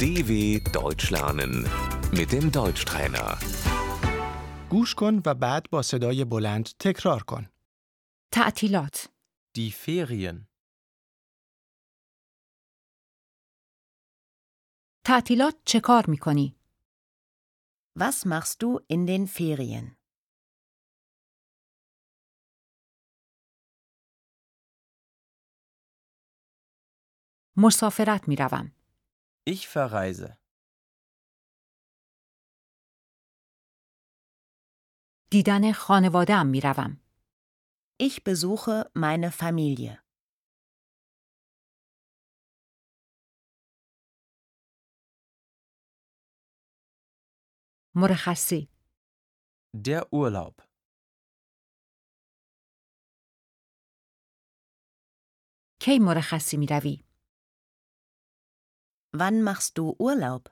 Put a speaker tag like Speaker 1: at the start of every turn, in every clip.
Speaker 1: DW Deutsch lernen mit dem Deutschtrainer.
Speaker 2: گوش کن و بعد با صدای بلند تکرار کن.
Speaker 3: تعطیلات
Speaker 4: Die Ferien.
Speaker 3: تعطیلات چه کار میکنی؟
Speaker 5: Was machst du in den Ferien?
Speaker 3: مسافرت میروم.
Speaker 4: Ich verreise.
Speaker 3: دیدن خانواده ام میروم.
Speaker 5: Ich besuche meine Familie.
Speaker 3: مرخصی.
Speaker 4: Der Urlaub.
Speaker 3: کی مرخصی میروی؟
Speaker 5: Wann machst du Urlaub?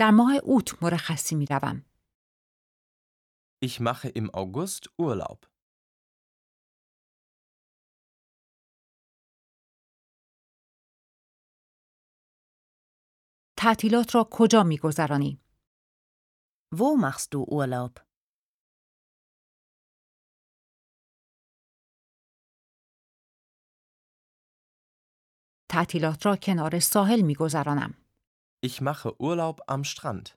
Speaker 3: در ماه اوت مرخصی میروم.
Speaker 4: Ich mache im August Urlaub.
Speaker 3: تعطیلات را کجا میگذرانی؟
Speaker 5: Wo machst du Urlaub?
Speaker 3: تعطیلات را کنار ساحل میگذرانم.
Speaker 4: Ich mache Urlaub am Strand.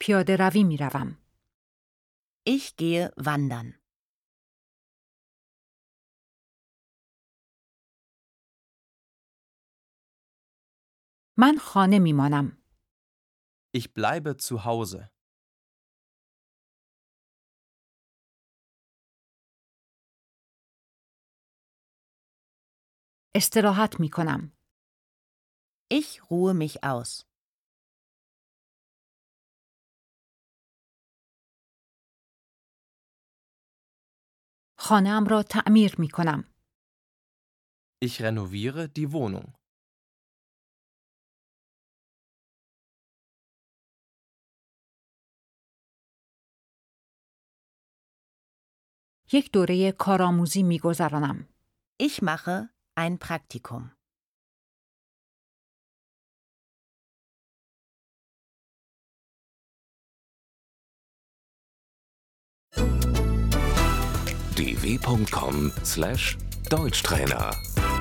Speaker 3: پیاده روی میروم.
Speaker 5: Ich gehe wandern.
Speaker 3: من خانه میمانم.
Speaker 4: Ich bleibe zu Hause.
Speaker 3: استراحت میکنم.
Speaker 5: Ich ruhe mich aus.
Speaker 3: خانه ام را تعمیر میکنم.
Speaker 4: Ich renoviere die Wohnung.
Speaker 3: یک دوره کارآموزی میگذرانم.
Speaker 5: Ich mache ein Praktikum.
Speaker 1: dw.com/deutschtrainer